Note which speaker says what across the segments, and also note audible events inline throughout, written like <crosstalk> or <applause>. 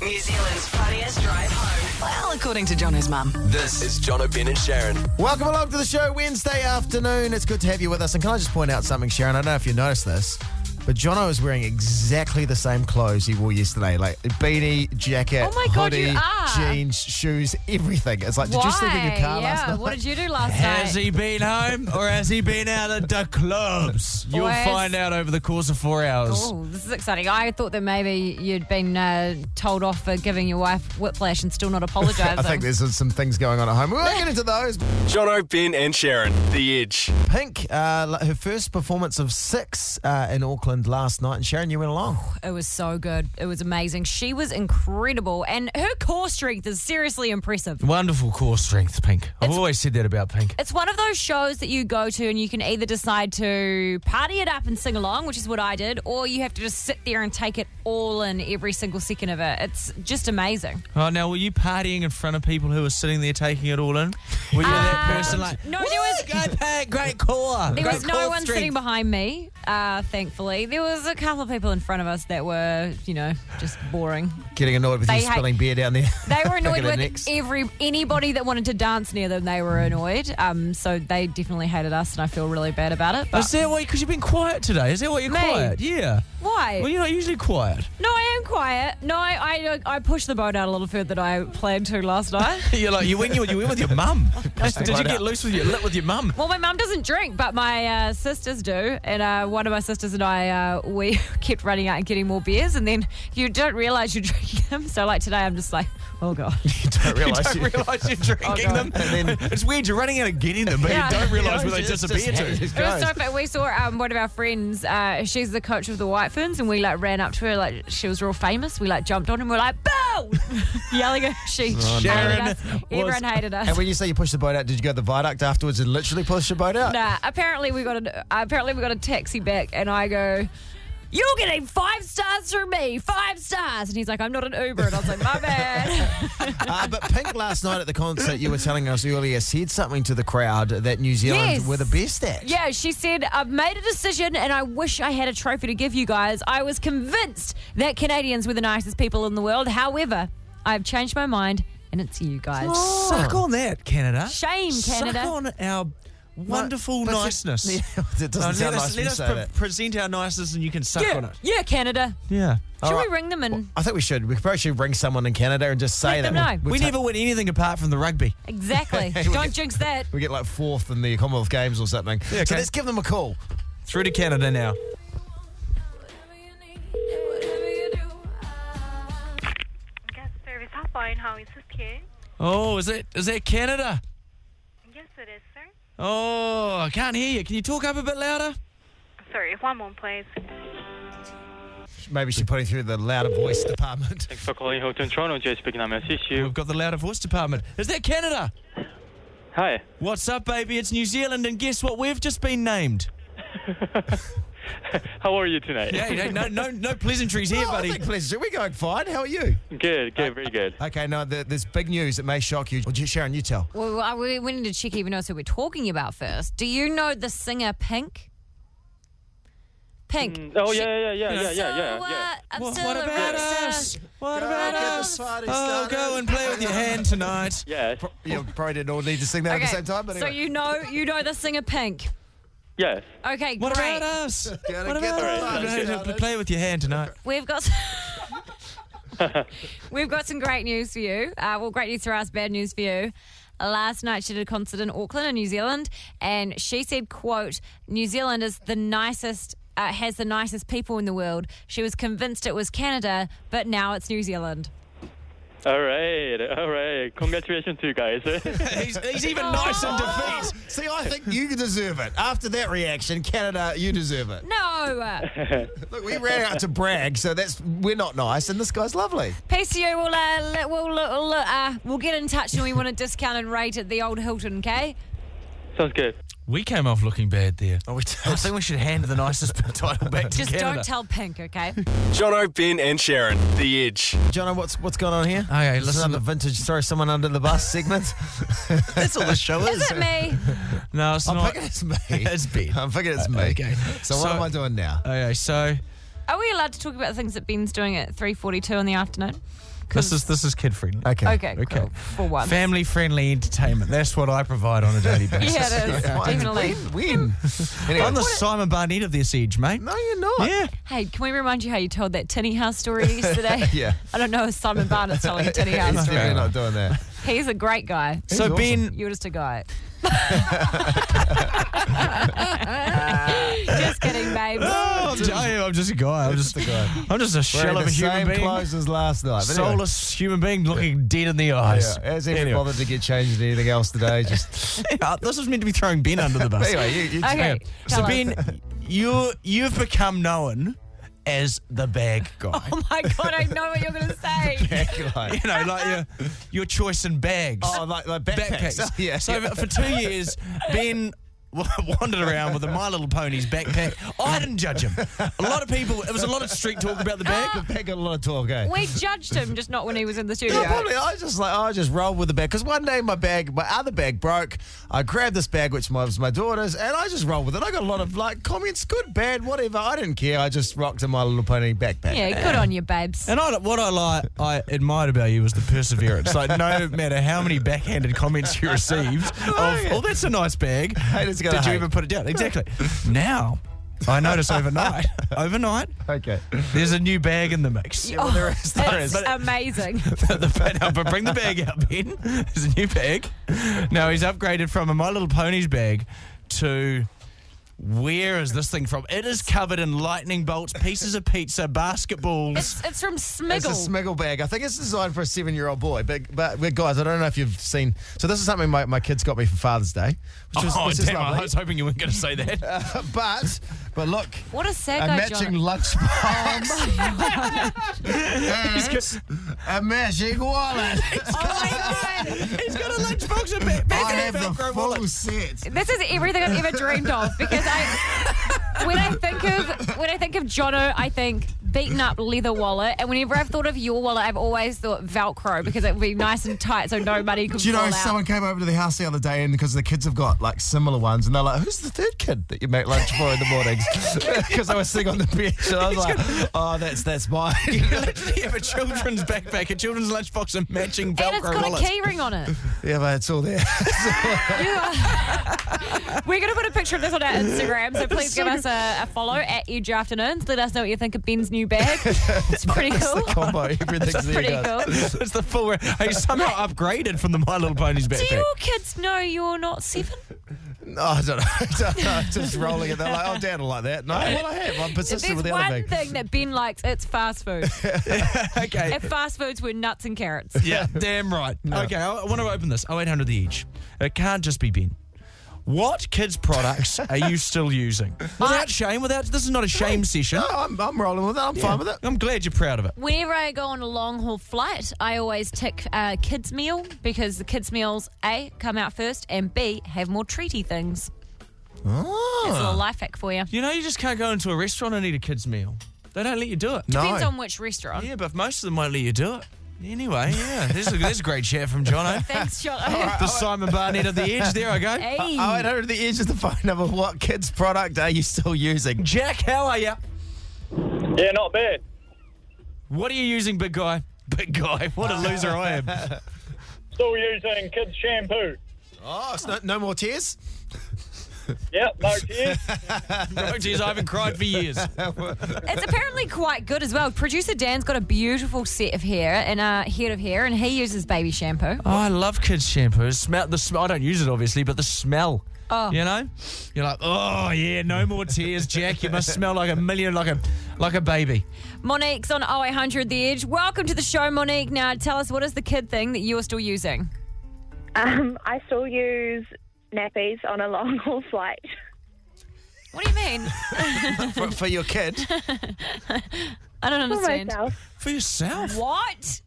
Speaker 1: New Zealand's funniest drive home.
Speaker 2: Well, according to Jono's mum.
Speaker 3: This is John O'Brien and Sharon.
Speaker 4: Welcome along to the show Wednesday afternoon. It's good to have you with us. And can I just point out something, Sharon? I don't know if you noticed this, but Jono is wearing exactly the same clothes he wore yesterday. Like a beanie, jacket,
Speaker 5: Oh my God,
Speaker 4: hoodie,
Speaker 5: you are.
Speaker 4: jeans, shoes, everything. It's like, did you sleep in your car
Speaker 5: Why? yeah.
Speaker 4: last night?
Speaker 5: What did you do last
Speaker 6: Has
Speaker 5: night?
Speaker 6: he been home or has he been out at the clubs? You'll
Speaker 5: Boys.
Speaker 6: find out over the course of four hours.
Speaker 5: Oh, this is exciting. I thought that maybe you'd been uh, told off for giving your wife whiplash and still not
Speaker 4: <laughs>
Speaker 5: apologising.
Speaker 4: <laughs> I think there's some things going on at home. We won't get into those.
Speaker 3: John O'Brien and Sharon, The Edge.
Speaker 4: Pink, uh, li- her first performance of six uh, in Auckland last night. And Sharon, you went along.
Speaker 5: It was so good. It was amazing. She was incredible, and her core strength is seriously impressive.
Speaker 6: Wonderful core strength, Pink. I've always said that about Pink.
Speaker 5: It's one of those shows that you go to, and you can either decide to party it up and sing along, which is what I did, or you have to just sit there and take it all in every single second of it. It's just amazing.
Speaker 6: Oh, now were you partying in front of people who were sitting there taking it all in? Were you that
Speaker 5: Um,
Speaker 6: person like,
Speaker 5: no,
Speaker 6: "Woo,
Speaker 5: there was-
Speaker 6: go Pink, great core,
Speaker 5: There
Speaker 6: great
Speaker 5: was no
Speaker 6: core
Speaker 5: one
Speaker 6: strength."
Speaker 5: sitting behind me, uh, thankfully. There was a couple of people in front of us that were, you know, just boring.
Speaker 4: Getting annoyed with
Speaker 5: They
Speaker 4: you
Speaker 5: hate-
Speaker 4: spilling beer down
Speaker 6: <laughs>
Speaker 4: there.
Speaker 5: They were annoyed
Speaker 4: Thinking of
Speaker 5: with
Speaker 4: next.
Speaker 5: every anybody that wanted to dance near them. They were annoyed, um, so they definitely hated us, and I feel really bad about it. But
Speaker 6: Is that why? Because you've been quiet today. Is that why you're
Speaker 5: Me?
Speaker 6: quiet? Yeah.
Speaker 5: why?
Speaker 6: Well, you're not usually quiet.
Speaker 5: no, I am quiet. No, I, I I pushed the boat out a little further than I planned to last night.
Speaker 6: <laughs> You're like you when you, you went with your <laughs> mum. Did you
Speaker 4: Right
Speaker 6: get
Speaker 4: out.
Speaker 6: loose with your lit with your mum?
Speaker 5: Well, my mum doesn't drink, but my uh, sisters do, and uh, one of my sisters and I, uh, we <laughs> kept running out and getting more beers, and then you don't realise you're <laughs> drinking them. So, like today, I'm just like, oh
Speaker 6: <laughs>
Speaker 5: god.
Speaker 4: don't realise
Speaker 6: you Oh,
Speaker 4: you-
Speaker 6: don't realise you're drinking <laughs>
Speaker 5: God.
Speaker 6: them.
Speaker 4: And then-
Speaker 6: it's weird. You're running out of getting them, but
Speaker 5: Yeah.
Speaker 6: you don't
Speaker 5: <laughs>
Speaker 6: realise where they
Speaker 4: It's just-
Speaker 6: disappear
Speaker 4: it
Speaker 6: to.
Speaker 4: just
Speaker 5: It was
Speaker 4: goes. <laughs>
Speaker 5: so fun. We saw um, one of our friends. Uh, she's the coach of the White Ferns, and we like ran up to her like she was real famous. We like jumped on and we're like,
Speaker 6: <laughs>
Speaker 5: "Boo!" yelling at her. She hated
Speaker 6: Sharon
Speaker 5: us.
Speaker 6: was-
Speaker 5: Everyone hated us.
Speaker 4: And when you say you pushed the boat out, did you go to the viaduct afterwards and literally push the boat out?
Speaker 5: Nah, apparently we got a apparently we got a taxi back, and I go, "You're getting five stars from me, five stars." And he's like, "I'm not an Uber," and I was like, "My bad."
Speaker 4: <laughs> Uh, but Pink last night at the concert, you were telling us earlier, said something to the crowd that New Zealand
Speaker 5: Yes.
Speaker 4: were the best at.
Speaker 5: yeah, she said, "I've made a decision, and I wish I had a trophy to give you guys. I was convinced that Canadians were the nicest people in the world. However, I've changed my mind, and it's you guys.
Speaker 6: <laughs> Suck on that, Canada.
Speaker 5: Shame, Canada."
Speaker 6: Suck on our wonderful
Speaker 4: But- but-
Speaker 6: <laughs> niceness.
Speaker 4: Yeah, it doesn't
Speaker 6: Oh,
Speaker 4: sound
Speaker 6: let
Speaker 4: nice
Speaker 6: us,
Speaker 4: when
Speaker 6: let
Speaker 4: you
Speaker 6: us
Speaker 4: say
Speaker 6: pre-
Speaker 4: that.
Speaker 6: present our niceness and you can suck on
Speaker 5: yeah,
Speaker 6: it.
Speaker 5: yeah, Canada.
Speaker 6: Yeah.
Speaker 5: Should
Speaker 4: right.
Speaker 5: we ring them
Speaker 4: <laughs>
Speaker 5: and
Speaker 4: I think we should. We probably should ring someone in Canada and just
Speaker 5: Let
Speaker 4: say
Speaker 5: them
Speaker 4: that.
Speaker 5: know.
Speaker 4: We,
Speaker 6: We
Speaker 4: ta-
Speaker 6: never win anything apart from the rugby.
Speaker 5: exactly? Don't jinx that.
Speaker 4: we get like fourth in the Commonwealth Games or something.
Speaker 6: Yeah,
Speaker 4: So
Speaker 6: okay.
Speaker 4: let's give them a call.
Speaker 6: Through to Canada now.
Speaker 7: Guest service hotline, how is this here?
Speaker 6: Oh, is it is that Canada?
Speaker 7: Yes, it is, sir.
Speaker 6: Oh, I can't hear you. Can you talk up a bit louder?
Speaker 7: Sorry, one moment, please.
Speaker 4: Maybe she's putting through the louder voice department.
Speaker 8: Thanks for calling Hilton Toronto. Jay speaking. I'm assist you.
Speaker 6: We've got the louder voice department. Is that Canada?
Speaker 8: Hi.
Speaker 6: What's up, baby? It's New Zealand, and guess what? We've just been named.
Speaker 8: How are you tonight?
Speaker 6: Yeah, yeah, no, no, no pleasantries here,
Speaker 4: Oh, I
Speaker 6: buddy.
Speaker 4: think, pleasure. We're going fine. How are you?
Speaker 8: Good. Good. Very good.
Speaker 4: Okay, now there- there's big news that may shock you. Well, Sharon, you tell.
Speaker 5: Well, I- we, we need to check even knows who we're talking about first. Do you know the singer Pink? Pink.
Speaker 8: Oh
Speaker 5: She-
Speaker 8: yeah, yeah, yeah, yeah, yeah, yeah, yeah.
Speaker 5: So,
Speaker 8: yeah.
Speaker 5: uh, I'm
Speaker 6: What,
Speaker 5: still
Speaker 6: what
Speaker 5: a
Speaker 6: about
Speaker 5: rock star.
Speaker 6: us? What about
Speaker 4: get the
Speaker 6: us?
Speaker 4: party
Speaker 6: Oh,
Speaker 4: started.
Speaker 6: go and play with your hand tonight.
Speaker 8: Yes.
Speaker 4: You probably didn't all need to sing that at
Speaker 5: Oh. Okay,
Speaker 4: the same time, but
Speaker 5: so
Speaker 4: anyway.
Speaker 5: you know you know the singer Pink.
Speaker 8: Yes.
Speaker 5: Okay,
Speaker 6: What
Speaker 5: great.
Speaker 6: about us?
Speaker 4: Gotta
Speaker 6: What
Speaker 4: get
Speaker 6: about
Speaker 4: the
Speaker 6: us?
Speaker 8: party
Speaker 6: Hey,
Speaker 4: started.
Speaker 6: Play with your hand
Speaker 4: <laughs>
Speaker 6: tonight.
Speaker 5: We've got <laughs> we've got some great news for you. Uh, well, great news for us, bad news for you. Last night she did a concert in Auckland, in New Zealand, and she said, "quote New Zealand is the nicest." Uh, has the nicest people in the world. She was convinced it was Canada, but now it's New Zealand.
Speaker 8: All right. All right. Congratulations to you guys. <laughs>
Speaker 6: He's, he's even nice
Speaker 4: Oh.
Speaker 6: in defeat.
Speaker 4: See, I think you deserve it. After that reaction, Canada, you deserve it.
Speaker 5: No,
Speaker 4: Look, we ran out to brag, so that's we're not nice, and this guy's lovely.
Speaker 5: peace to you. We'll uh, let- we'll we'll, uh, we'll get in touch and we want a discount and rate at the old Hilton. Okay.
Speaker 8: Sounds good.
Speaker 6: We came off looking bad there.
Speaker 4: Oh, we
Speaker 6: I think we should hand
Speaker 4: <laughs>
Speaker 6: the nicest title back to
Speaker 5: Just
Speaker 6: Canada.
Speaker 5: don't tell Pink, okay?
Speaker 3: John O'Brien and Sharon, The Edge.
Speaker 4: John, what's what's going on here?
Speaker 6: Okay,
Speaker 4: Is this
Speaker 6: listen-
Speaker 4: another vintage throw someone under the bus segment.
Speaker 6: <laughs> That's all the show
Speaker 5: Is it me?
Speaker 6: No, it's
Speaker 4: I'm
Speaker 6: not.
Speaker 4: thinking it's me.
Speaker 6: <laughs> It's Ben.
Speaker 4: <laughs> I'm thinking it's me.
Speaker 6: okay.
Speaker 4: So, what
Speaker 6: So-
Speaker 4: am I doing now?
Speaker 6: Okay, so
Speaker 5: Are we allowed to talk about the things that Ben's doing at 3.42 in the afternoon?
Speaker 6: This is this is kid friendly.
Speaker 4: Okay.
Speaker 5: Okay, cool. For once.
Speaker 6: Family friendly entertainment. That's what I provide on
Speaker 4: <laughs>
Speaker 6: a daily basis.
Speaker 5: Yeah, it is. Definitely.
Speaker 4: When? Anyway.
Speaker 6: I'm the Simon Barnett of this edge, mate.
Speaker 4: no, you're not.
Speaker 6: Yeah.
Speaker 5: Hey, can we remind you how you told that Tinny House story yesterday?
Speaker 4: Yeah.
Speaker 5: I don't know if Simon Barnett's telling a
Speaker 4: <laughs>
Speaker 5: Tinny House
Speaker 4: He's
Speaker 5: story.
Speaker 4: definitely not doing that.
Speaker 5: He's a great guy.
Speaker 6: So
Speaker 4: awesome.
Speaker 6: Ben,
Speaker 5: You're just a guy. <laughs> just kidding, babe.
Speaker 6: oh, I'm, I am, I'm just a guy. I'm just a guy. I'm just a
Speaker 4: Wearing
Speaker 6: shell of
Speaker 4: the
Speaker 6: a human
Speaker 4: same
Speaker 6: being.
Speaker 4: clothes as last night. But anyway.
Speaker 6: Soulless human being looking dead in the eyes.
Speaker 4: Yeah, as if
Speaker 6: Anyway.
Speaker 4: you bothered to get changed into anything else today. Just
Speaker 6: <laughs> Yeah, this was meant to be throwing Ben under the bus.
Speaker 4: <laughs> anyway, you, you
Speaker 5: Okay.
Speaker 6: Yeah. So
Speaker 5: tell us.
Speaker 6: Ben, you you've become known as the bag guy.
Speaker 5: Oh my god, I know what you're gonna say.
Speaker 4: back like,
Speaker 6: you know, like your your choice in bags,
Speaker 4: <laughs> oh, like, like backpacks. <laughs>
Speaker 6: backpacks.
Speaker 4: Yeah.
Speaker 6: So
Speaker 4: yeah.
Speaker 6: for two years, Ben. <laughs> w- Wandered around with a My Little Ponies backpack. I didn't judge him. A lot of people. It was a lot of street talk about the bag.
Speaker 4: the bag got a lot of talk, eh?
Speaker 5: We judged him, just not when he was in the studio.
Speaker 4: Yeah, probably. I was just like I just rolled with the bag because one day my bag, my other bag broke. I grabbed this bag, which was my daughter's, and I just rolled with it. I got a lot of like comments, good, bad, whatever. I didn't care. I just rocked in my little pony backpack.
Speaker 5: Yeah, good on you, babes.
Speaker 6: And I, what I like, I admired about you was the perseverance. Like, no matter how many backhanded comments you received, of,
Speaker 4: <laughs>
Speaker 6: oh, that's a nice bag.
Speaker 4: Haters
Speaker 6: Did
Speaker 4: gonna
Speaker 6: you
Speaker 4: hate.
Speaker 6: even put it down? Exactly. Now, I
Speaker 4: <laughs>
Speaker 6: notice overnight, overnight,
Speaker 4: Okay.
Speaker 6: there's a new bag in the mix.
Speaker 5: Oh,
Speaker 6: there
Speaker 5: it's
Speaker 6: is.
Speaker 5: amazing.
Speaker 6: <laughs> The- no, but bring the bag out, Ben. <laughs> There's a new bag. Now he's upgraded from a My Little Ponies bag to where is this thing from? It is covered in lightning bolts, pieces of pizza, basketballs. <laughs>
Speaker 5: It's, it's from
Speaker 4: It's a
Speaker 5: Smiggle.
Speaker 4: smiggle bag. I think it's designed for a seven-year-old boy. But, but but guys, I don't know if you've seen. So this is something my, my kids got me for Father's Day, which was,
Speaker 6: oh,
Speaker 4: which is
Speaker 6: damn, I
Speaker 4: lovely. <laughs>
Speaker 6: was hoping you weren't going to say that.
Speaker 4: But but look,
Speaker 5: what a sad
Speaker 4: a
Speaker 5: guy,
Speaker 4: matching
Speaker 5: John.
Speaker 6: Oh,
Speaker 4: lunchbox, <laughs> a matching
Speaker 6: <laughs>
Speaker 4: wallet.
Speaker 5: Oh my god.
Speaker 6: He's got a lunchbox and back,
Speaker 4: I
Speaker 6: back
Speaker 4: have
Speaker 6: in a
Speaker 4: the
Speaker 6: Velcro
Speaker 4: full
Speaker 6: wallet.
Speaker 4: set.
Speaker 5: This is everything I've ever dreamed of because I when I think of when I think of Jono, I think beaten up leather wallet. And whenever I've thought of your wallet, I've always thought Velcro because it would be nice and tight so no money could
Speaker 4: Do you know
Speaker 5: fall
Speaker 4: someone
Speaker 5: out.
Speaker 4: came over to the house the other day, and because the kids have got like similar ones, and they're like, "Who's the third kid that you make lunch for in the <laughs> mornings?" Because I was sitting on the bench, and I was like, "Oh, that's that's mine." <laughs>
Speaker 6: You <laughs> literally have a children's backpack, a children's lunchbox, and matching Velcro
Speaker 5: And it's got
Speaker 6: wallets.
Speaker 5: a key ring on it.
Speaker 4: yeah, but it's all there.
Speaker 5: We're going to put a picture of this on our Instagram,
Speaker 4: <laughs>
Speaker 5: so please give us a, a follow at Edge Afternoons. Let us know what you think of Ben's new
Speaker 4: <laughs>
Speaker 5: bag. It's pretty cool. <laughs>
Speaker 4: Combo, everything's there.
Speaker 5: Pretty
Speaker 4: guys.
Speaker 5: cool.
Speaker 6: <laughs> it's the full. He somehow upgraded from the My Little Ponies
Speaker 5: Do
Speaker 6: backpack.
Speaker 5: your kids know you're not seven?
Speaker 4: No, Oh, I don't know. <laughs> I don't know. Just rolling it. They're like, oh, Dad, I like that. No, well, I have. I'm persistent
Speaker 5: There's
Speaker 4: with the
Speaker 5: one
Speaker 4: other bag.
Speaker 5: thing that Ben likes. It's fast food.
Speaker 6: Okay.
Speaker 5: If fast foods were nuts and carrots.
Speaker 6: Yeah, <laughs> damn right. Okay, I, I want to open this. 0800 The Edge. It can't just be Ben. What kids' products are you still using? Without shame, without this is not a shame session.
Speaker 4: No, I'm, I'm rolling with it. I'm fine with it.
Speaker 6: I'm glad you're proud of it.
Speaker 5: Whenever I go on a long haul flight, I always tick uh, kids' meal because the kids' meals, A, come out first, and B, have more treaty things.
Speaker 4: Oh,
Speaker 5: It's a little life hack for you.
Speaker 6: You know, you just can't go into a restaurant and eat a kid's meal. They don't let you do it.
Speaker 5: Depends
Speaker 4: No.
Speaker 5: on which restaurant.
Speaker 6: Yeah, but most of them won't let you do it. Anyway, yeah, there's a, there's a great chat from Jono.
Speaker 5: Thanks,
Speaker 6: <laughs>
Speaker 5: John.
Speaker 6: The Simon Barnett of the Edge. There I
Speaker 5: <laughs>
Speaker 6: go.
Speaker 5: Hey.
Speaker 4: Oh, and under the edge is the phone number. What kids' product are you still using?
Speaker 6: Jack, how are you?
Speaker 8: Yeah, not bad.
Speaker 6: What are you using, big guy? Big guy. What a loser I am.
Speaker 8: Still using kids' shampoo.
Speaker 4: Oh, it's no, no more tears?
Speaker 8: Yep, <laughs> no tears.
Speaker 6: Oh, geez, I haven't cried for years.
Speaker 5: It's apparently quite good as well. Producer Dan's got a beautiful set of hair and a head of hair, and he uses baby shampoo.
Speaker 6: Oh, I love kids' shampoo. It Smell the smell. I don't use it obviously, but the smell.
Speaker 5: Oh.
Speaker 6: You know, you're like, oh yeah, no more tears, Jack. You must smell like a million, like a, like a baby.
Speaker 5: Monique's on 0800 The Edge. Welcome to the show, Monique. Now, tell us what is the kid thing that you are still using?
Speaker 2: Um, I still use nappies on a long haul flight. <laughs>
Speaker 5: What do you
Speaker 6: <laughs>
Speaker 5: mean?
Speaker 4: For, for your
Speaker 5: <laughs>
Speaker 4: kid?
Speaker 5: I don't
Speaker 2: For
Speaker 5: understand.
Speaker 2: myself.
Speaker 6: For yourself.
Speaker 5: What?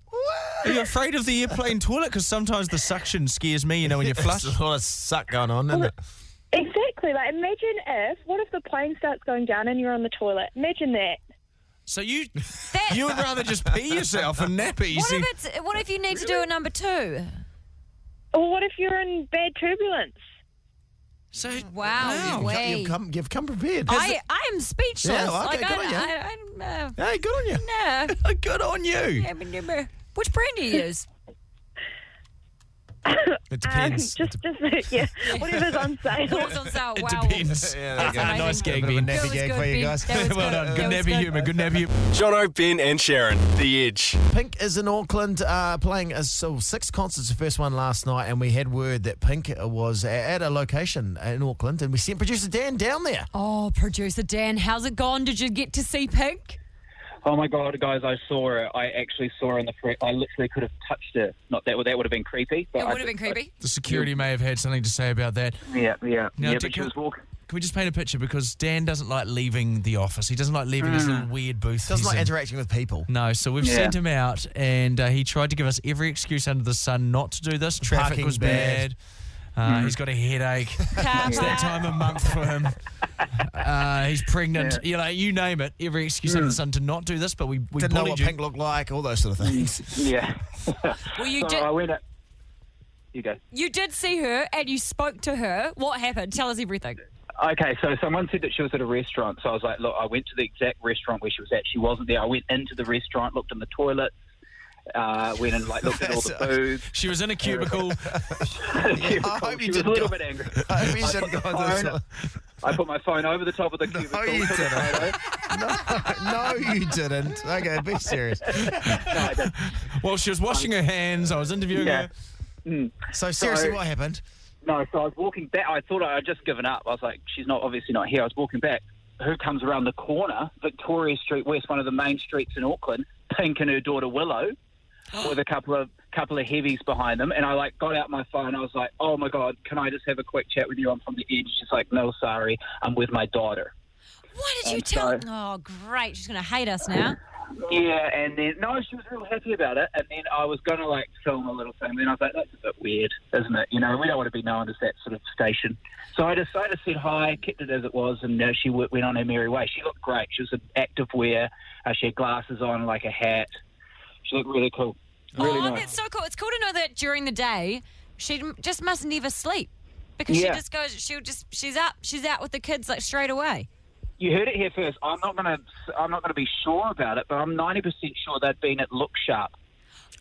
Speaker 6: Are you afraid of the airplane toilet? Because sometimes the suction scares me. You know, when you flush.
Speaker 4: There's a lot of suck going on, isn't it?
Speaker 2: Exactly. Like, imagine if, what if the plane starts going down and you're on the toilet? Imagine that.
Speaker 6: So you,
Speaker 5: That-
Speaker 6: you would rather just pee yourself and nappy.
Speaker 5: What if it's? What if you need to do a number two?
Speaker 2: Or what if you're in bad turbulence?
Speaker 6: So <laughs>
Speaker 5: Wow,
Speaker 4: You've,
Speaker 5: way.
Speaker 4: you've come, you've come prepared.
Speaker 5: I, I am speechless.
Speaker 4: Yeah, well, okay,
Speaker 5: like
Speaker 4: good on you.
Speaker 5: I, I, I,
Speaker 4: hey, good on you.
Speaker 5: I, uh,
Speaker 6: Good on you.
Speaker 5: nah. Which brand do you use?
Speaker 4: It
Speaker 2: Um,
Speaker 4: depends.
Speaker 2: <laughs> just, just yeah, whatever's on sale.
Speaker 5: What's on sale?
Speaker 6: It
Speaker 5: wow.
Speaker 6: depends.
Speaker 4: Yeah,
Speaker 6: <laughs>
Speaker 4: there you go.
Speaker 6: Ah, nice
Speaker 5: Amazing.
Speaker 6: gag,
Speaker 4: Bit of a
Speaker 6: Ben.
Speaker 5: That
Speaker 4: nappy
Speaker 5: was
Speaker 4: gag
Speaker 5: good,
Speaker 4: for you
Speaker 5: Ben.
Speaker 4: guys.
Speaker 5: That was
Speaker 6: <laughs> well done.
Speaker 5: That
Speaker 6: Good
Speaker 5: was
Speaker 6: nappy humour. Good nappy humour.
Speaker 3: Jono, Ben, and Sharon. The Edge.
Speaker 4: Pink is in Auckland uh, playing uh, so six concerts, the first one last night, and we had word that Pink was a- at a location in Auckland, and we sent producer Dan down there.
Speaker 5: Oh, producer Dan, how's it gone? Did you get to see Pink?
Speaker 9: Oh my god, guys! I saw it. I actually saw it in the. Pre- I literally could have touched it. Not that that would have been creepy. But
Speaker 5: It
Speaker 9: I
Speaker 5: would have been
Speaker 9: could-
Speaker 5: creepy.
Speaker 6: The security may have had something to say about that.
Speaker 9: Yeah, yeah,
Speaker 6: Now,
Speaker 9: yeah.
Speaker 6: did
Speaker 9: But she
Speaker 6: you-
Speaker 9: was walking.
Speaker 6: Can we just paint a picture? Because Dan doesn't like leaving the office. He doesn't like leaving his little weird booth.
Speaker 4: Doesn't
Speaker 6: he's
Speaker 4: like
Speaker 6: in.
Speaker 4: interacting with people.
Speaker 6: No, so we've
Speaker 9: Mm. Yeah.
Speaker 6: sent him out, and uh, he tried to give us every excuse under the sun not to do this. Traffic
Speaker 4: Parking's
Speaker 6: was
Speaker 4: bad.
Speaker 6: bad. Uh,
Speaker 9: Mm.
Speaker 6: He's got a
Speaker 9: <laughs>
Speaker 6: headache.
Speaker 5: Car
Speaker 6: it's
Speaker 5: park.
Speaker 6: that time of month for him. Uh, he's pregnant. You know, you name it. Every excuse
Speaker 9: Mm.
Speaker 6: under the sun to not do this, but we we
Speaker 4: Didn't know
Speaker 6: bullied
Speaker 4: what
Speaker 6: you.
Speaker 4: Pink looked like, all those sort of things. <laughs>
Speaker 9: Yeah.
Speaker 5: <laughs> Well, you
Speaker 9: so
Speaker 5: did.
Speaker 9: I went. At, you go.
Speaker 5: You did see her, and you spoke to her. What happened? Tell us everything.
Speaker 9: Okay, so someone said that she was at a restaurant. So I was like, look, I went to the exact restaurant where she was at. She wasn't there. I went into the restaurant, looked in the toilets, uh, went and like looked at
Speaker 4: <laughs>
Speaker 9: all the food.
Speaker 6: She was in a cubicle.
Speaker 9: <laughs> She was
Speaker 4: I
Speaker 9: cool.
Speaker 4: hope you
Speaker 9: she was a
Speaker 4: didn't
Speaker 9: little
Speaker 4: go-
Speaker 9: bit angry.
Speaker 4: I hope you
Speaker 9: I
Speaker 4: shouldn't
Speaker 9: put
Speaker 4: go
Speaker 9: my
Speaker 4: this
Speaker 9: phone-
Speaker 4: way.
Speaker 9: I put my phone over
Speaker 4: <laughs>
Speaker 9: the top of the cubicle.
Speaker 4: you
Speaker 9: <laughs> took a
Speaker 4: didn't.
Speaker 9: photo.
Speaker 4: No, you didn't. Okay, be serious.
Speaker 9: No, I didn't.
Speaker 6: Well, she was washing her hands. I
Speaker 4: <laughs>
Speaker 6: was interviewing
Speaker 9: Yeah.
Speaker 6: her.
Speaker 4: So seriously,
Speaker 9: So-
Speaker 4: what happened?
Speaker 9: No, so I was walking back. I thought I had just given up. I was like, she's not obviously not here. I was walking back. Who comes around the corner? Victoria Street West, one of the main streets in Auckland. Pink and her daughter Willow, with a couple of couple of heavies behind them. And I like got out my phone. I was like, oh my god, can I just have a quick chat with you? I'm from the edge. She's like, no, sorry, I'm with my daughter.
Speaker 5: Why did you
Speaker 9: I'm
Speaker 5: tell?
Speaker 9: sorry.
Speaker 5: Oh, great. She's going to hate us now.
Speaker 9: Yeah, and then no, she was real happy about it. And then I was gonna like film a little thing. Then I was like, that's a bit weird, isn't it? You know, we don't want to be known as that sort of station. So I decided to said hi, kept it as it was, and uh, she w- went on her merry way. She looked great. She was an active wear. Uh, she had glasses on, like a hat. She looked really cool. Really
Speaker 5: oh,
Speaker 9: nice.
Speaker 5: that's so cool. It's cool to know that during the day, she m- just must never sleep because
Speaker 9: Yeah.
Speaker 5: she just goes. She'll just. She's up. She's out with the kids like straight away.
Speaker 9: You heard it here first. I'm not gonna. I'm not gonna be sure about it, but I'm 90% sure they'd been at Look Sharp.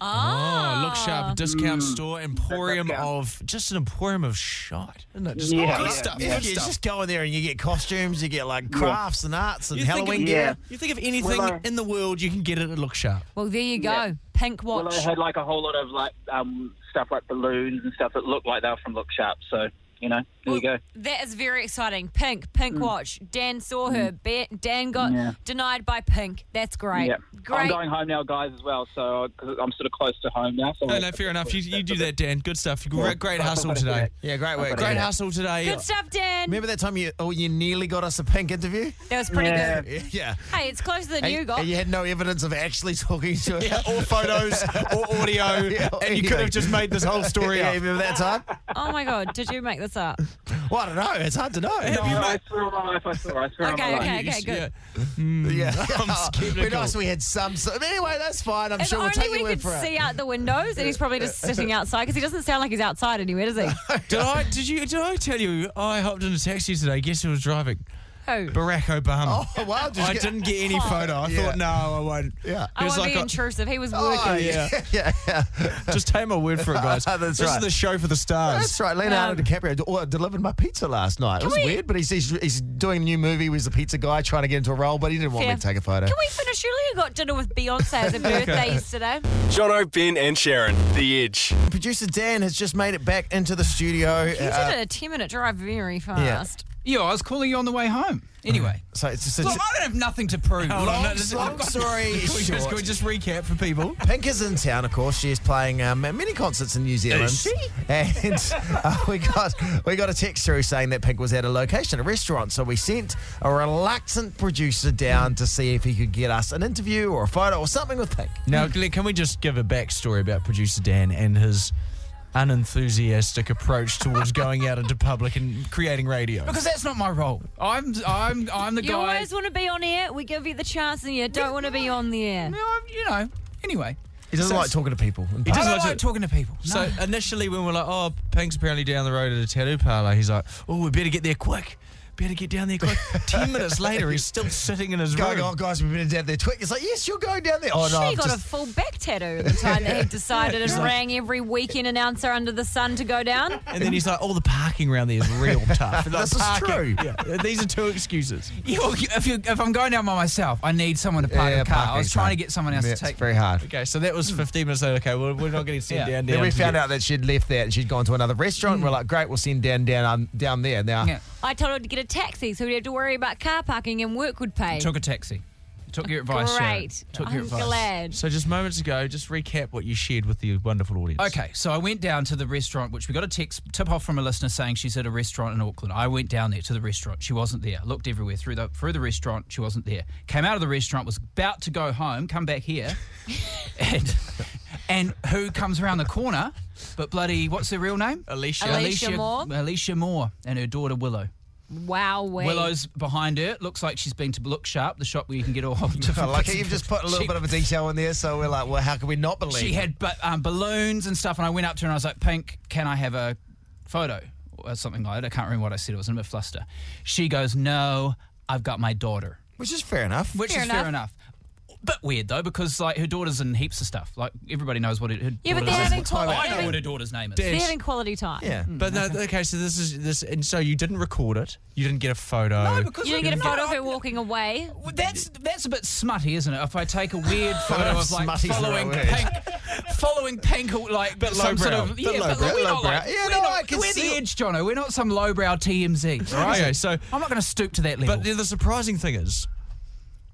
Speaker 4: Ah,
Speaker 6: Oh, look
Speaker 5: Ah,
Speaker 6: sharp! Discount store emporium
Speaker 9: Discount.
Speaker 6: of just an emporium of shot, isn't it? Just
Speaker 9: Yeah,
Speaker 6: all
Speaker 9: yeah,
Speaker 6: good stuff.
Speaker 4: Yeah,
Speaker 6: good
Speaker 4: you
Speaker 6: stuff.
Speaker 4: just go in there and you get costumes, you get like crafts and arts and
Speaker 6: You think of- uh,
Speaker 4: Halloween
Speaker 9: yeah.
Speaker 4: gear.
Speaker 6: You think of anything
Speaker 9: Willow.
Speaker 6: in the world, you can get it at Look Sharp.
Speaker 5: Well, there you go.
Speaker 9: Yeah.
Speaker 5: Pink
Speaker 9: Well,
Speaker 5: watch.
Speaker 9: I had like a whole lot of like um, stuff like balloons and stuff that looked like they were from Look Sharp. So you know, there you go. Mm.
Speaker 5: Well, That is very exciting. Pink, Pink watch. Dan saw her. Ba- Dan got
Speaker 9: Yeah.
Speaker 5: denied by Pink. That's great.
Speaker 9: Yeah, I'm
Speaker 5: Great.
Speaker 9: going home now, guys, as well. So because I'm sort of close to home now. So
Speaker 6: No, no, fair enough. You, you do that, Dan. Good stuff. Great, great hustle today.
Speaker 4: Yeah, great work.
Speaker 6: Great
Speaker 4: Dan.
Speaker 6: hustle today.
Speaker 5: Good stuff, Dan.
Speaker 4: Remember that time you oh you nearly got us a pink interview?
Speaker 5: that was pretty
Speaker 9: Yeah.
Speaker 5: good.
Speaker 4: <laughs> Yeah.
Speaker 5: Hey, it's closer than
Speaker 4: And,
Speaker 5: you got.
Speaker 4: and you had no evidence of actually talking to her.
Speaker 6: <laughs> Yeah, or photos, or audio,
Speaker 4: <laughs> Yeah, or
Speaker 6: and you could
Speaker 4: anything.
Speaker 6: have just made this whole
Speaker 4: <laughs>
Speaker 6: story
Speaker 4: yeah,
Speaker 6: up.
Speaker 4: remember that
Speaker 6: <laughs>
Speaker 4: time?
Speaker 5: Oh my god, did you make this
Speaker 4: <laughs>
Speaker 5: up?
Speaker 4: Well, I don't know. It's hard to know.
Speaker 9: No, I swear on my life, I swear, I swear on
Speaker 5: Okay,
Speaker 9: my
Speaker 5: okay,
Speaker 9: life.
Speaker 5: okay, good.
Speaker 4: Yeah. <laughs> Oh,
Speaker 6: I'm skeptical.
Speaker 4: It'd be nice we had some. So, anyway, that's fine. I'm
Speaker 5: If
Speaker 4: sure we'll
Speaker 5: only
Speaker 4: take
Speaker 5: we
Speaker 4: your
Speaker 5: could
Speaker 4: word for
Speaker 5: see
Speaker 4: it.
Speaker 5: out the windows, and he's probably just
Speaker 4: <laughs>
Speaker 5: sitting outside because he doesn't sound like he's outside anywhere, does he?
Speaker 6: Did I? Did you? Did I tell you? I hopped in a taxi today. Guess who was driving?
Speaker 5: Who?
Speaker 6: Barack Obama.
Speaker 4: Oh, wow. Did you
Speaker 6: I
Speaker 4: get-
Speaker 6: didn't get any
Speaker 5: Oh.
Speaker 6: photo. I
Speaker 4: Yeah.
Speaker 6: thought, no, I won't.
Speaker 4: Yeah.
Speaker 5: I
Speaker 6: It was
Speaker 5: won't
Speaker 6: like
Speaker 5: be
Speaker 6: <laughs> a-
Speaker 5: intrusive. He was working.
Speaker 4: Oh, yeah. yeah, yeah.
Speaker 6: Just take my word for it, guys.
Speaker 4: That's
Speaker 6: this
Speaker 4: right.
Speaker 6: is the show for the stars.
Speaker 4: That's right. Leonardo
Speaker 5: Um,
Speaker 4: DiCaprio d- oh, delivered my pizza last night. It was
Speaker 5: we-
Speaker 4: weird, but he's, he's he's doing a new movie. He's a pizza guy trying to get into a role, but he didn't want
Speaker 5: Yeah.
Speaker 4: me to take a photo.
Speaker 5: Can we finish early? I got dinner with Beyonce as
Speaker 10: <laughs>
Speaker 5: a birthday yesterday.
Speaker 3: Jono, Ben, and Sharon. The Edge.
Speaker 4: Producer Dan has just made it back into the studio.
Speaker 5: You
Speaker 4: Uh,
Speaker 5: did a 10 minute drive very fast.
Speaker 10: Yeah, I was calling you on the way home. Anyway,
Speaker 4: so it's just a
Speaker 10: look, I don't have nothing to prove.
Speaker 6: Hold on,
Speaker 4: long,
Speaker 6: no, this-
Speaker 4: long
Speaker 6: I've got-
Speaker 4: story
Speaker 6: <laughs> Can we, just,
Speaker 4: short.
Speaker 6: can we just recap for people?
Speaker 4: Pink is in town, of course. She is playing um, at many concerts in New Zealand.
Speaker 6: Is she?
Speaker 4: And uh, <laughs> we got we got a text through saying that Pink was at a location, a restaurant. So we sent a reluctant producer down to see if he could get us an interview or a photo or something with Pink.
Speaker 6: <laughs> Now, can can we just give a backstory about producer Dan and his unenthusiastic approach towards going out into public and creating radio?
Speaker 10: because that's not my role. I'm I'm I'm the
Speaker 5: You
Speaker 10: guy.
Speaker 5: always want to be on air. We give you the chance, and you don't want to be on the air.
Speaker 10: No, I'm- you know. Anyway,
Speaker 4: He doesn't
Speaker 6: So-
Speaker 4: like talking to people. in
Speaker 6: He
Speaker 10: I
Speaker 4: public.
Speaker 6: doesn't
Speaker 10: don't
Speaker 6: like
Speaker 10: like,
Speaker 6: to-
Speaker 10: talking to people.
Speaker 6: So
Speaker 10: No.
Speaker 6: initially, when we're like, "Oh, Pink's apparently down the road at a tattoo parlor," he's like, "Oh, we better get there quick." better get down there quick.
Speaker 10: <laughs>
Speaker 6: Ten minutes later, he's still sitting in his room.
Speaker 4: Going, oh, guys, we've been down there. Twig. It's like, yes, you're going down there. Oh, no.
Speaker 5: she
Speaker 4: I've
Speaker 5: got
Speaker 4: just-
Speaker 5: a full back tattoo the
Speaker 10: <laughs>
Speaker 5: time that he decided and rang every weekend announcer under the sun to go down.
Speaker 6: And then he's like, "Oh, the parking around there is
Speaker 10: <laughs>
Speaker 6: real tough." Like,
Speaker 4: This is
Speaker 6: parking.
Speaker 4: true.
Speaker 6: <laughs> Yeah, these are two excuses.
Speaker 10: Yeah, well, if, you, if I'm going down by myself, I need someone to park
Speaker 4: Yeah,
Speaker 10: a car. I
Speaker 4: parking
Speaker 10: was trying
Speaker 4: car.
Speaker 10: to get someone else
Speaker 4: Yeah,
Speaker 10: to
Speaker 4: it's
Speaker 10: take.
Speaker 4: very hard.
Speaker 6: Okay, so that was 15 minutes later. Okay, well, we're not getting sent
Speaker 10: Hmm. Yeah.
Speaker 6: down.
Speaker 4: Then
Speaker 6: down
Speaker 4: we
Speaker 6: to
Speaker 4: found
Speaker 6: get-
Speaker 4: out that she'd left that and she'd gone to another restaurant. We're like, great, we'll send Dan down um, down there. Now,
Speaker 10: Mm. Yeah,
Speaker 5: I told her to get a taxi so we'd have to worry about car parking and work would pay.
Speaker 10: took a taxi. Took your advice. Sharon.
Speaker 5: Great.
Speaker 10: Took
Speaker 5: I'm
Speaker 10: your advice.
Speaker 5: glad.
Speaker 6: So just moments ago, just recap what you shared with the wonderful audience.
Speaker 10: Okay, so I went down to the restaurant, which we got a text tip off from a listener saying she's at a restaurant in Auckland. I went down there to the restaurant. She wasn't there. Looked everywhere through the through the restaurant. She wasn't there. Came out of the restaurant, was about to go home, come back here, and and who comes around the corner? But bloody, what's their real name?
Speaker 6: Alicia.
Speaker 5: Alicia Moore?
Speaker 10: Alicia Moore and her daughter Willow.
Speaker 5: Wow,
Speaker 10: Willow's behind her. Looks like she's been to Look Sharp, the shop where you can get all different.
Speaker 4: <laughs> I <laughs> like it.
Speaker 10: bits
Speaker 4: You've
Speaker 10: and
Speaker 4: just put a little
Speaker 10: She-
Speaker 4: bit of a detail in there, so we're like, well, how can we not
Speaker 10: <laughs>
Speaker 4: believe?
Speaker 10: she
Speaker 4: it?
Speaker 10: had bu- um, balloons and stuff, and I went up to her and I was like, "Pink, can I have a photo or something like that?" I can't remember what I said. It was in a bit fluster. She goes, "No, I've got my daughter,"
Speaker 4: which is fair enough.
Speaker 10: which
Speaker 5: Fair
Speaker 10: is
Speaker 5: enough.
Speaker 10: fair enough. Bit weird though, because like her daughter's in heaps of stuff. Like everybody knows what it, her
Speaker 5: Yeah, but
Speaker 10: daughter's
Speaker 5: they're having
Speaker 10: is.
Speaker 5: qual-
Speaker 10: I
Speaker 5: they're
Speaker 10: know what
Speaker 5: having-
Speaker 10: her daughter's name is.
Speaker 5: They're
Speaker 6: Yes.
Speaker 5: having quality time.
Speaker 4: yeah.
Speaker 10: Hmm,
Speaker 6: But no, okay, so this is this, and so you didn't record it. You didn't get a photo.
Speaker 10: No, because
Speaker 5: You didn't get a
Speaker 10: No,
Speaker 5: photo of
Speaker 10: I-
Speaker 5: her walking away.
Speaker 10: Well, That's that's a bit smutty, isn't it? If I take a weird photo of like
Speaker 4: Smutty's the
Speaker 10: following
Speaker 4: right word.
Speaker 10: pink, following pink, like
Speaker 6: Bit
Speaker 10: some sort
Speaker 6: lowbrow.
Speaker 10: of yeah,
Speaker 4: Bit
Speaker 10: but
Speaker 4: lowbrow,
Speaker 10: we're not
Speaker 4: lowbrow.
Speaker 10: like
Speaker 4: Yeah,
Speaker 10: we're,
Speaker 4: no,
Speaker 10: not-
Speaker 4: I can
Speaker 10: we're
Speaker 4: see
Speaker 10: the
Speaker 4: it.
Speaker 10: edge, Jono. We're not some lowbrow TMZ.
Speaker 6: <laughs> Right, okay, so-
Speaker 10: I'm not going to stoop to that level.
Speaker 6: But the, the surprising thing is,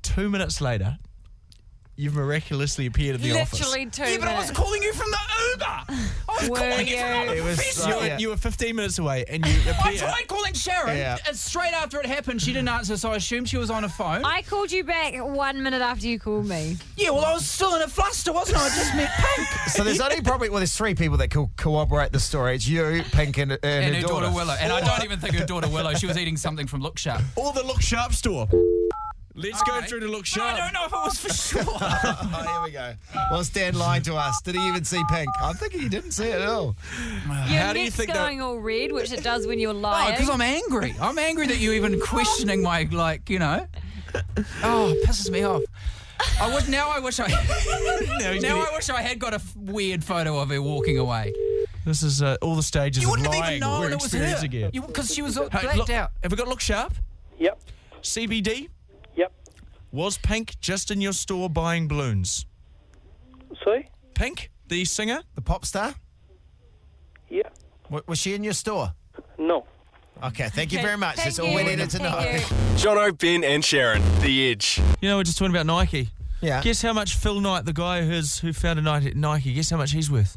Speaker 6: two minutes later, you've miraculously appeared in the
Speaker 5: Literally
Speaker 6: office.
Speaker 5: two
Speaker 10: yeah, but I was
Speaker 5: minutes.
Speaker 10: calling you from the Uber. <laughs> I was
Speaker 5: Were
Speaker 10: calling you from
Speaker 5: you?
Speaker 10: the
Speaker 4: <laughs> It was
Speaker 10: office.
Speaker 4: so-
Speaker 6: You
Speaker 10: You-
Speaker 6: were,
Speaker 4: Yeah.
Speaker 6: you were 15 minutes away, and you
Speaker 10: <laughs> I
Speaker 6: appeared.
Speaker 10: tried calling Sharon
Speaker 4: Yeah.
Speaker 10: and straight after it happened. She didn't answer, so I assumed she was on a phone.
Speaker 5: I called you back one minute after you called me.
Speaker 10: yeah, well, I was still in a fluster, wasn't I? I just met Pink.
Speaker 4: So there's only probably well, there's three people that co- corroborate the story. It's you, Pink, and,
Speaker 10: <laughs>
Speaker 4: and,
Speaker 10: and her
Speaker 4: her
Speaker 10: daughter, Willow. And I don't even think her daughter Willow. She was eating something from Look Sharp.
Speaker 6: Or the Look Sharp store. Let's go
Speaker 10: Okay.
Speaker 6: through to Look
Speaker 10: But
Speaker 6: Sharp.
Speaker 10: I don't know if it was for sure.
Speaker 4: Oh, here we go. Was Dan lying to us? Did he even see Pink? I'm thinking he didn't see it at all.
Speaker 5: Your
Speaker 6: How do you
Speaker 5: neck's
Speaker 6: think that-
Speaker 5: going all red, which it does when you're
Speaker 10: Oh,
Speaker 5: lying.
Speaker 10: because I'm angry. I'm angry that you even questioning my like, you know. Oh, it pisses me off. I would now. I wish I
Speaker 6: Now he's
Speaker 10: now.
Speaker 6: getting-
Speaker 10: I wish <laughs> I had got a f- weird photo of her walking away.
Speaker 6: This is uh, all the stages
Speaker 10: You
Speaker 6: of
Speaker 10: wouldn't
Speaker 6: lying
Speaker 10: have even
Speaker 6: we're
Speaker 10: known it was her
Speaker 6: experiencing here.
Speaker 10: because she was all
Speaker 6: Hey,
Speaker 10: blacked
Speaker 6: look,
Speaker 10: out.
Speaker 6: Have we got Look Sharp?
Speaker 9: Yep.
Speaker 6: CBD?
Speaker 9: Yep.
Speaker 6: Was Pink just in your store buying balloons?
Speaker 9: See?
Speaker 6: Pink, the singer?
Speaker 4: The pop star?
Speaker 9: Yeah.
Speaker 4: W- was she in your store?
Speaker 9: No.
Speaker 4: Okay, thank you
Speaker 5: Okay,
Speaker 4: very much.
Speaker 5: thank
Speaker 4: That's all we
Speaker 5: you,
Speaker 4: needed to know.
Speaker 5: thank you.
Speaker 3: Jono, Ben, and Sharon. The Edge.
Speaker 6: You know, we're just talking about Nike.
Speaker 4: <laughs> Yeah.
Speaker 6: Guess how much Phil Knight, the guy who's who founded Nike, Nike guess how much he's worth?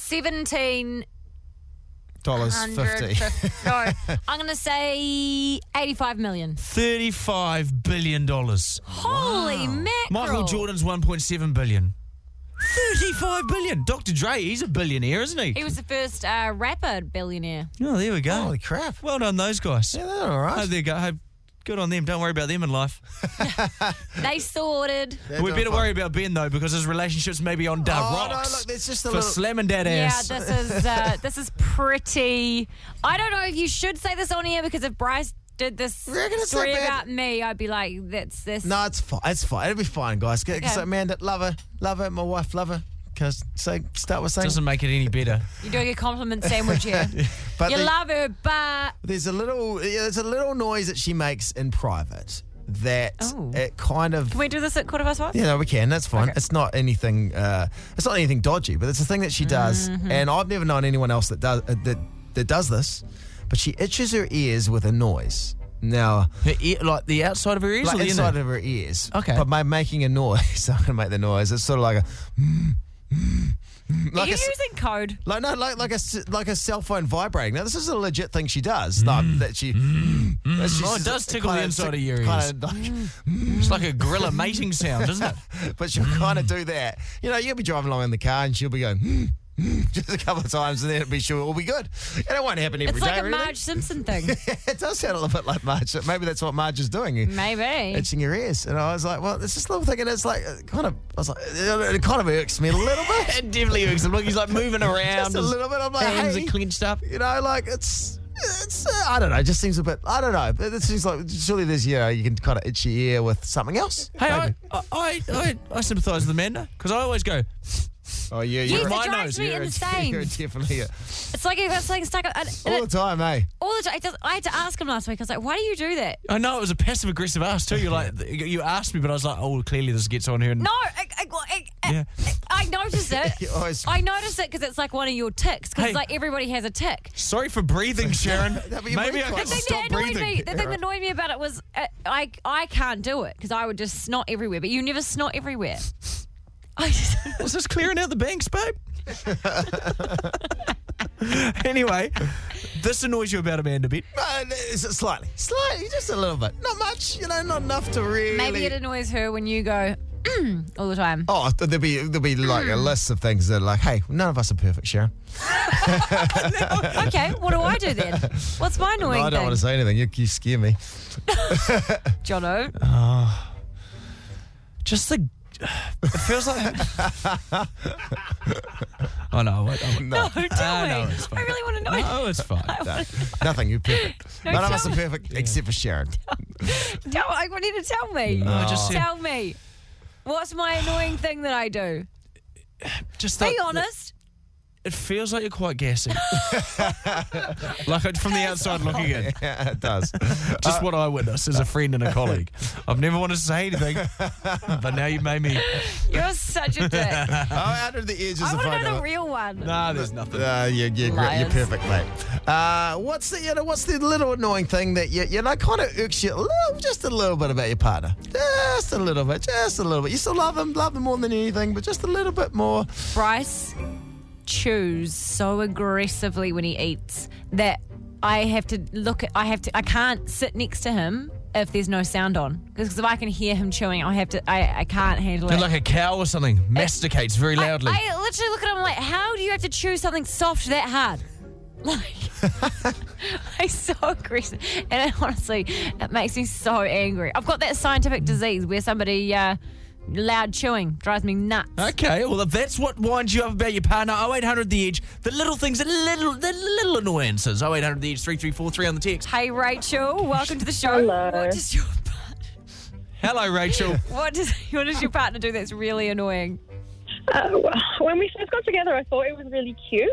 Speaker 5: Seventeen
Speaker 4: Dollars
Speaker 5: hundred.
Speaker 4: fifty.
Speaker 5: No, I'm going to say eighty-five million.
Speaker 6: $35 billion.
Speaker 5: Holy mackerel!
Speaker 6: Michael Jordan's $1.7 billion. $35 billion. Dr. Dre, he's a billionaire, isn't he?
Speaker 5: He was the first uh, rapper billionaire.
Speaker 6: oh, there we go.
Speaker 4: Holy crap.
Speaker 6: Well done, those guys.
Speaker 4: Yeah, they're all
Speaker 6: Oh,
Speaker 4: right.
Speaker 6: there you go. Hey, good on them. Don't worry about them in life.
Speaker 5: They sorted.
Speaker 4: They're
Speaker 6: we
Speaker 4: doing
Speaker 6: better
Speaker 4: fine.
Speaker 6: worry about Ben though, because his relationship's maybe on dark
Speaker 4: Oh, no,
Speaker 6: rocks
Speaker 4: look, there's just a
Speaker 6: for
Speaker 4: little-
Speaker 6: slamming that ass.
Speaker 5: Yeah, this is
Speaker 4: <laughs>
Speaker 5: uh, this is pretty. I don't know if you should say this on here because if Bryce did this
Speaker 4: You reckon it's that
Speaker 5: story
Speaker 4: bad?
Speaker 5: about me, I'd be like, "That's this."
Speaker 4: No, it's fine. It's fine. It'll be fine, guys. Because
Speaker 5: Okay.
Speaker 4: Amanda, love her, love her. My wife, love her. Because so start with saying,
Speaker 6: Doesn't make it any better.
Speaker 5: You're doing a compliment sandwich
Speaker 4: <laughs>
Speaker 5: here.
Speaker 4: but
Speaker 5: you
Speaker 4: the-
Speaker 5: love her, but
Speaker 4: there's a little, yeah, there's a little noise that she makes in private that
Speaker 5: Oh.
Speaker 4: it kind of.
Speaker 5: can we do this at quarter past one?
Speaker 4: Yeah, no, we can. That's fine. It's not anything. Uh, it's not anything dodgy, but it's a thing that she does,
Speaker 6: Mm-hmm.
Speaker 4: and I've never known anyone else that does uh, that that does this. But she itches her ears with a noise. Now,
Speaker 6: Her ear- like the outside of her ears,
Speaker 4: like
Speaker 6: or the
Speaker 4: inside
Speaker 6: inner?
Speaker 4: of her ears.
Speaker 6: Okay.
Speaker 4: But by making a noise, <laughs> I'm gonna make the noise. It's sort of like a.
Speaker 5: Are
Speaker 4: Like
Speaker 5: you
Speaker 4: a s-
Speaker 5: using code?
Speaker 4: like no, like like a s- like a cell phone vibrating. Now this is a legit thing she does. No, that she. that's just-
Speaker 6: Mm. Oh, it does tickle the
Speaker 4: kinda
Speaker 6: inside
Speaker 4: tick-
Speaker 6: of your
Speaker 4: kinda
Speaker 6: ears.
Speaker 4: like-
Speaker 6: It's like a gorilla mating sound, isn't <laughs> it?
Speaker 4: <laughs> but she'll kind of do that. You know, you'll be driving along in the car and she'll be going "Hmm, <laughs> just a couple of times, and then it'll be sure it'll be good. And it won't happen every
Speaker 5: It's
Speaker 4: day.
Speaker 5: like a
Speaker 4: really.
Speaker 5: Marge Simpson thing.
Speaker 4: <laughs> it does sound a little bit like Marge. but Maybe that's what Marge is doing.
Speaker 5: Maybe.
Speaker 4: Itching your ears, and I was like, "Well, it's just a little thing," and it's like, uh, kind of, I was like, uh, it it kind of irks me a little bit, <laughs>
Speaker 6: It definitely irks him. Look, he's like moving around.
Speaker 4: just a
Speaker 6: his
Speaker 4: little bit. I'm like,
Speaker 6: hands
Speaker 4: "Hey,
Speaker 6: are clenched up.
Speaker 4: you know, like it's It's, uh, I don't know. It just seems a bit. I don't know. It seems like surely there's you know you can kind of itch your ear with something else.
Speaker 6: Hey,
Speaker 4: maybe.
Speaker 6: I, I, I, I, I sympathise with Amanda because I always go,
Speaker 4: oh yeah,
Speaker 5: Yes,
Speaker 4: you're
Speaker 5: it
Speaker 4: right.
Speaker 5: drives me
Speaker 4: You're a- <laughs>
Speaker 5: insane.
Speaker 4: You're definitely a,
Speaker 5: It's like it's like stuck up. And, and
Speaker 4: all the
Speaker 5: it-
Speaker 4: time, eh?
Speaker 5: all the time. It does- I had to ask him last week. I was like, "Why do you do that?"
Speaker 6: I know it was a passive aggressive ask too. You're like, you asked me, but I was like, oh, clearly this gets on her. And
Speaker 5: No, I, I, I, I-
Speaker 6: Yeah.
Speaker 5: I noticed
Speaker 6: <laughs>
Speaker 5: it.
Speaker 4: You always-
Speaker 5: I noticed it because it's like one of your ticks. Because
Speaker 6: Hey.
Speaker 5: like everybody has a tick.
Speaker 6: Sorry
Speaker 4: <laughs>
Speaker 6: for breathing, Sharon.
Speaker 4: but
Speaker 6: Maybe
Speaker 4: you
Speaker 6: I
Speaker 4: breathe
Speaker 6: can
Speaker 4: quite
Speaker 5: The thing
Speaker 6: stop
Speaker 5: that annoyed
Speaker 6: breathing.
Speaker 5: me, the thing that annoyed me about it was uh, I I can't do it because I would just snot everywhere. But you never snot everywhere. <laughs> I
Speaker 6: <laughs>
Speaker 5: just,
Speaker 6: Was this clearing out the banks, babe? <laughs> anyway, this annoys you about Amanda a bit.
Speaker 4: Uh, is it slightly, slightly, just a little bit. Not much, you know, not enough to really.
Speaker 5: maybe it annoys her when you go "Mm," all the time.
Speaker 4: Oh, there'll be there'll be like a list of things that are like, hey, none of us are perfect, Sharon.
Speaker 6: oh.
Speaker 5: Okay, what do I do then? What's
Speaker 6: <laughs>
Speaker 5: my
Speaker 4: No,
Speaker 5: annoying
Speaker 4: I don't
Speaker 5: thing,
Speaker 4: want to say anything. You, you scare me.
Speaker 5: Jono?
Speaker 6: <laughs> Just the. It
Speaker 4: <laughs>
Speaker 6: feels like. oh no! I, I,
Speaker 4: <laughs> No,
Speaker 5: Oh, tell
Speaker 6: Ah,
Speaker 5: me.
Speaker 6: no, it's fine.
Speaker 5: I really want to know.
Speaker 6: no, it's fine.
Speaker 4: <laughs> no, nothing. You're perfect.
Speaker 5: No,
Speaker 4: none of
Speaker 5: tell
Speaker 4: us are
Speaker 5: me.
Speaker 4: perfect except for Sharon.
Speaker 5: <laughs>
Speaker 4: <laughs>
Speaker 5: Tell, I want you to tell me.
Speaker 6: I just said-
Speaker 5: tell me. What's my annoying thing that I do?
Speaker 6: Just
Speaker 5: Be
Speaker 6: that-
Speaker 5: honest.
Speaker 6: It feels like you're
Speaker 4: <laughs>
Speaker 6: quite gassy. like it- from the outside looking in.
Speaker 4: Yeah, it <laughs> does.
Speaker 6: Just what I witnessed as a friend and a colleague. I've never wanted to say anything, but now you made me.
Speaker 5: You're such a dick.
Speaker 4: oh, out of the edges
Speaker 5: I
Speaker 4: of
Speaker 5: want to
Speaker 4: phone
Speaker 5: know the
Speaker 4: number.
Speaker 5: real one.
Speaker 6: Nah, there's nothing.
Speaker 4: Uh, you're, you're, great. you're
Speaker 5: Liars.
Speaker 4: perfect, mate. Uh, what's the you know what's the little annoying thing that you you know kind of irks you a little, just a little bit about your partner, just a little bit, just a little bit. You still love him, love him more than anything, but just a little bit more. <laughs>
Speaker 5: Bryce chews so aggressively when he eats that I have to look at, I have to, I can't sit next to him if there's no sound on. Because if I can hear him chewing, I have to, I, I can't handle it.
Speaker 6: Like a cow or something masticates very
Speaker 5: I-
Speaker 6: loudly.
Speaker 5: I, literally look at him like, how do you have to chew something soft that hard? <laughs> Like, <laughs> I'm so aggressive. And it, honestly, it makes me so angry. I've got that scientific disease where somebody, uh, loud chewing drives me nuts.
Speaker 6: Okay, well, if that's what winds you up about your partner, 0800 The Edge, the little things, the little, the little annoyances, 0800 The Edge, 3343 on the text.
Speaker 5: Hey, Rachel, welcome to the show.
Speaker 2: Hello.
Speaker 5: What does your par- <laughs>
Speaker 6: Hello, Rachel.
Speaker 5: what does what does your partner do that's really annoying?
Speaker 2: Uh, well, when we first got together, I thought it was really cute,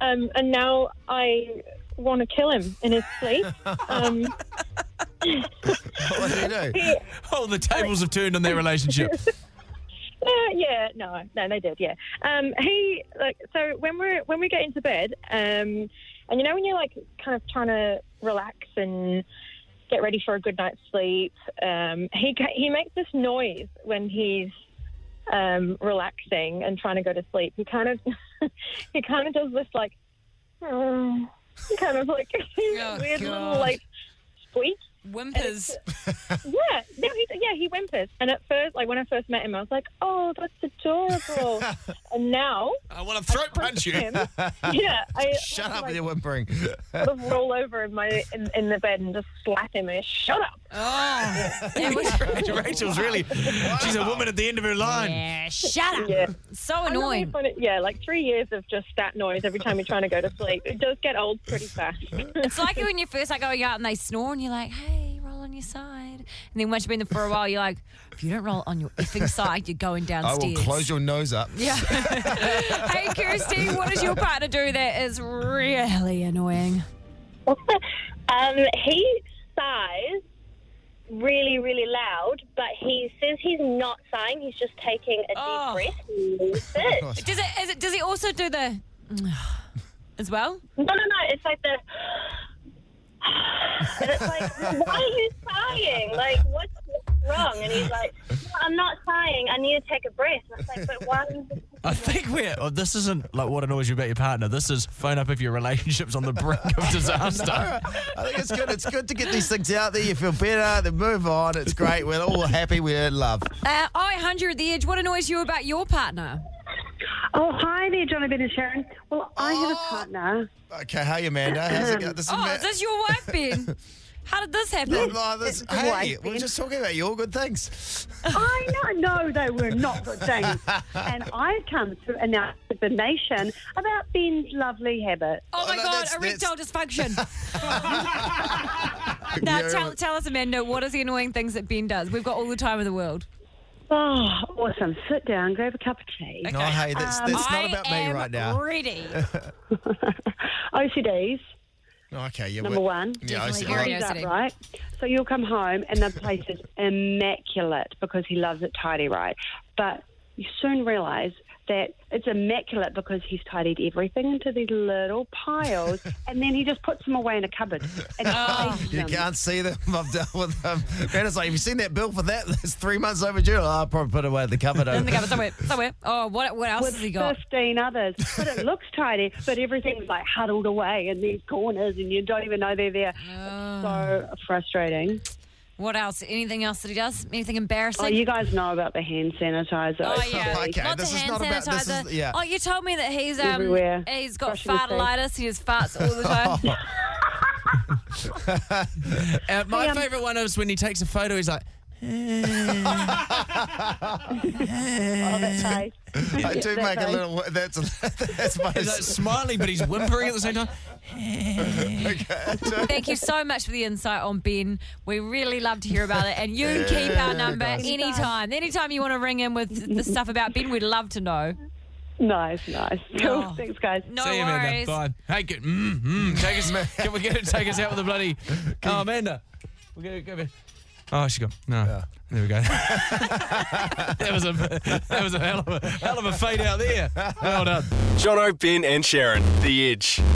Speaker 2: um, and now I want to kill him in his sleep. Um,
Speaker 4: What do you do?
Speaker 5: <laughs>
Speaker 2: he-
Speaker 6: oh, the tables have turned on their relationship.
Speaker 2: Uh, yeah, no, no, they did. Yeah, um, he like so when we're when we get into bed, um, and you know when you're like kind of trying to relax and get ready for a good night's sleep, um, he ca- he makes this noise when he's um, relaxing and trying to go to sleep. He kind of <laughs> he kind of does this like <sighs> kind of like <laughs> weird
Speaker 5: God.
Speaker 2: little like squeak.
Speaker 5: Whimpers.
Speaker 2: Yeah, no, he, yeah, he whimpers. And at first, like when I first met him, I was like, "Oh, that's adorable."
Speaker 4: <laughs>
Speaker 2: and now,
Speaker 6: I want to throat punch you.
Speaker 2: him, yeah, I
Speaker 4: Shut up with
Speaker 2: like,
Speaker 5: <laughs>
Speaker 4: your whimpering.
Speaker 2: sort of roll over in my in, in the bed and just slap him and shut up.
Speaker 5: Oh, <laughs> <laughs> it
Speaker 6: <laughs>
Speaker 5: was,
Speaker 6: Rachel's really, she's a woman at the end of her line.
Speaker 5: yeah, shut up.
Speaker 2: Yeah,
Speaker 5: So
Speaker 2: I really
Speaker 5: annoying.
Speaker 2: find it- yeah, like three years of just that noise every time you're trying to go to sleep. It does get old
Speaker 4: <laughs>
Speaker 2: pretty fast. <laughs>
Speaker 5: It's like when you're first like going out and they snore and you're like, hey, roll on your side. And then once you've been there for a while, you're like, if you don't roll on your effing side, you're going
Speaker 4: <laughs> I will
Speaker 5: downstairs.
Speaker 4: close your nose up. <laughs>
Speaker 5: yeah. <laughs> hey, Kirsty, what does your partner do that is really annoying?
Speaker 11: Um, he sighs really, really loud, but he says he's not sighing. He's just taking a deep
Speaker 5: Oh.
Speaker 11: breath. And leaves it.
Speaker 5: Does it, is it? Does he also do the <sighs> as well?
Speaker 11: No, no, no. It's like the. <sighs> and it's like, well, why are you sighing? Like, what's what's wrong? And he's like, no, I'm not sighing. I need to take a breath. And it's like, but why? are you
Speaker 2: <laughs>
Speaker 11: just-
Speaker 6: I think we're, oh, this isn't like what annoys you about your partner. This is phone up if your relationship's on the brink
Speaker 5: <laughs>
Speaker 6: of disaster.
Speaker 4: I think it's good. It's good to get these things out there. You feel better. Then move on. It's great. We're all happy. We're in love.
Speaker 5: Uh, I hundred the edge. What annoys you about your partner?
Speaker 12: Oh, hi there, Johnny Ben and Sharon.
Speaker 4: Oh.
Speaker 12: Well, I have a partner.
Speaker 4: Okay, hey Amanda, how's it going? This is
Speaker 5: Oh,
Speaker 4: Ma- <laughs>
Speaker 5: is this your wife, Ben? How did this happen? <laughs>
Speaker 4: Oh, this- hey, we were just talking about your good things.
Speaker 2: I know, no, they were not good things. And I've come to announce to the nation about Ben's lovely habit.
Speaker 5: Oh my god, erectile
Speaker 4: <laughs>
Speaker 5: dysfunction. now
Speaker 2: Yeah.
Speaker 5: tell, tell us, Amanda, what is the annoying things that Ben does? We've got all the time in the world.
Speaker 2: Oh, awesome. Sit down, grab a cup of tea.
Speaker 4: No, hey, that's,
Speaker 2: Um,
Speaker 4: that's not
Speaker 2: I
Speaker 4: about me
Speaker 2: am
Speaker 4: right now.
Speaker 5: Ready.
Speaker 2: OCDs.
Speaker 4: okay, yeah.
Speaker 2: Number
Speaker 4: we're-
Speaker 2: one.
Speaker 4: Oh, Yeah, I see.
Speaker 2: Tidies up, right? So you'll come home and the place is immaculate because he loves it tidy right. But you soon realise that it's immaculate because he's tidied everything into these little piles and then he just puts them away in a cupboard. And
Speaker 4: You can't see them. <laughs> I've dealt with them. And it's like, have you seen that bill for that? <laughs> That's three months overdue. Oh, I'll probably put it away in the cupboard.
Speaker 5: In the cupboard somewhere. Somewhere. Oh, what what else
Speaker 2: with
Speaker 5: has he got?
Speaker 2: 15 others. But it looks tidy, but everything's like huddled away in these corners and you don't even know they're there. It's so frustrating.
Speaker 5: What else? Anything else that he does? Anything embarrassing?
Speaker 2: Oh, you guys know about the hand sanitizer.
Speaker 5: Oh,
Speaker 4: <laughs>
Speaker 5: yeah.
Speaker 2: Okay,
Speaker 5: not the hand sanitizer. Oh, you told me that he's um
Speaker 2: Everywhere.
Speaker 5: he's got
Speaker 2: Brushing his teeth.
Speaker 5: fartalitis. He just farts all the time.
Speaker 4: <laughs>
Speaker 6: Uh, my
Speaker 5: um,
Speaker 6: favourite one is when he takes a photo.
Speaker 5: <laughs>
Speaker 6: He's like,
Speaker 5: Oh,
Speaker 6: <laughs>
Speaker 2: I
Speaker 4: <laughs>
Speaker 2: <laughs>
Speaker 4: I do
Speaker 6: That
Speaker 4: make a
Speaker 6: day.
Speaker 4: little. That's <laughs> that's my
Speaker 6: He's
Speaker 4: <laughs>
Speaker 6: like smiling, but he's whimpering at
Speaker 5: <laughs>
Speaker 6: the same time.
Speaker 2: <laughs>
Speaker 5: Thank you so much for the insight on Ben. We really love to hear about it. And you keep our number anytime. Anytime you want to ring in with the stuff about Ben, we'd love to know.
Speaker 2: Nice, nice. Cool. <laughs> Thanks, guys.
Speaker 5: No
Speaker 6: See you, Amanda.
Speaker 5: worries.
Speaker 6: Bye. Hey, good. Mm, mm, take
Speaker 5: <laughs>
Speaker 6: us. can we get her to take us out with a bloody? Oh, Amanda. We're gonna go. Oh, she gone. No. There we go. <laughs> that was a that was a hell of a hell of a fade out there. Well done.
Speaker 3: Jono, Ben, and Sharon, The Edge.